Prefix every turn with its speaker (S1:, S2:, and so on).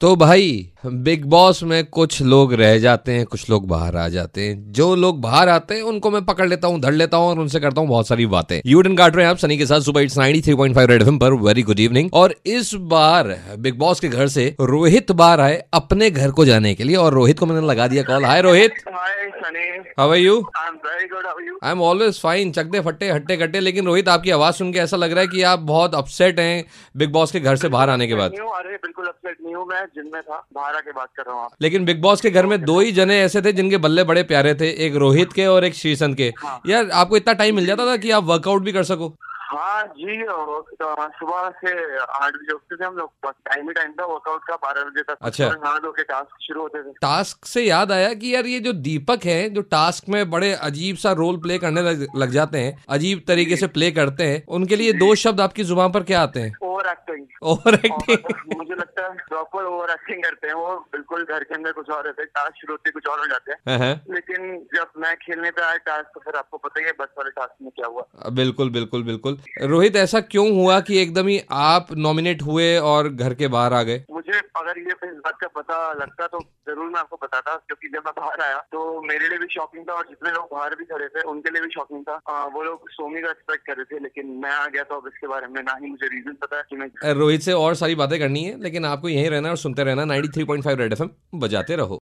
S1: तो भाई Bigg Boss में कुछ लोग रह जाते हैं कुछ लोग बाहर आ जाते हैं जो लोग बाहर आते हैं उनको मैं पकड़ लेता हूँ धर लेता हूँ और उनसे करता हूँ बहुत सारी बातें यूटन काट रहे हैं आप सनी के साथ सुबह इट्स 93.5 रेड एफएम पर वेरी गुड इवनिंग और इस बार बिग बॉस के घर से रोहित बाहर आए अपने घर को जाने के लिए और रोहित को मैंने लगा दिया call hi Rohit
S2: Hi, Sunny.
S1: How are you
S2: I'm very good. How are you?
S1: I am always fine चकते फट्टे हट्टे कट्टे लेकिन रोहित आपकी आवाज सुन के ऐसा लग रहा है कि आप बहुत अपसेट हैं बिग बॉस के घर से बाहर आने के बाद
S2: न्यू अरे बिल्कुल अपसेट नहीं हूँ मैं जिम में था बाहर आके बात कर रहा हूँ आप
S1: लेकिन बिग बॉस के घर में दो ही जने ऐसे थे जिनके बल्ले बड़े प्यारे थे एक रोहित के और एक श्रीसन के यार आपको इतना टाइम मिल जाता था कि आप वर्कआउट भी कर सको
S2: हाँ जी और, अ, तो सुबह से आठ बजे उठते थे हम लोग बस टाइम ही टाइम था वर्कआउट का बारह बजे तक
S1: अच्छा।
S2: नहा धो के टास्क शुरू होते थे
S1: टास्क से याद आया कि यार ये जो दीपक है जो टास्क में बड़े अजीब सा रोल प्ले करने लग, लग जाते हैं अजीब तरीके से प्ले करते हैं उनके लिए दो शब्द आपकी जुबान पर क्या आते हैं
S2: ओवर एक्टिंग
S1: ओवर एक्टिंग
S2: मुझे लगता है प्रॉपर ओवर एक्टिंग करते हैं वो बिल्कुल घर के अंदर कुछ और रहते हैं टास्क शुरू होते ही कुछ और हो जाते हैं
S1: हाँ,
S2: लेकिन जब मैं खेलने पे आया टास्क तो फिर आपको पता ही है बस वाले टास्क में क्या हुआ
S1: बिल्कुल बिल्कुल बिल्कुल रोहित ऐसा क्यों हुआ कि एकदम ही आप नॉमिनेट हुए और घर के बाहर आ गए
S2: मुझे अगर ये इस बात का पता लगता तो जरूर मैं आपको बताता क्योंकि जब मैं बाहर आया तो मेरे लिए भी शॉकिंग था और जितने लोग बाहर भी खड़े थे उनके लिए भी शॉकिंग था आ, वो लोग सोमी का एक्सपेक्ट कर रहे थे लेकिन मैं आ गया तो अब इसके बारे में ना ही मुझे रीजन पता है कि मैं
S1: रोहित से और सारी बातें करनी है लेकिन आपको यहीं रहना है और सुनते रहना 93.5 रेड एफएम बजाते रहो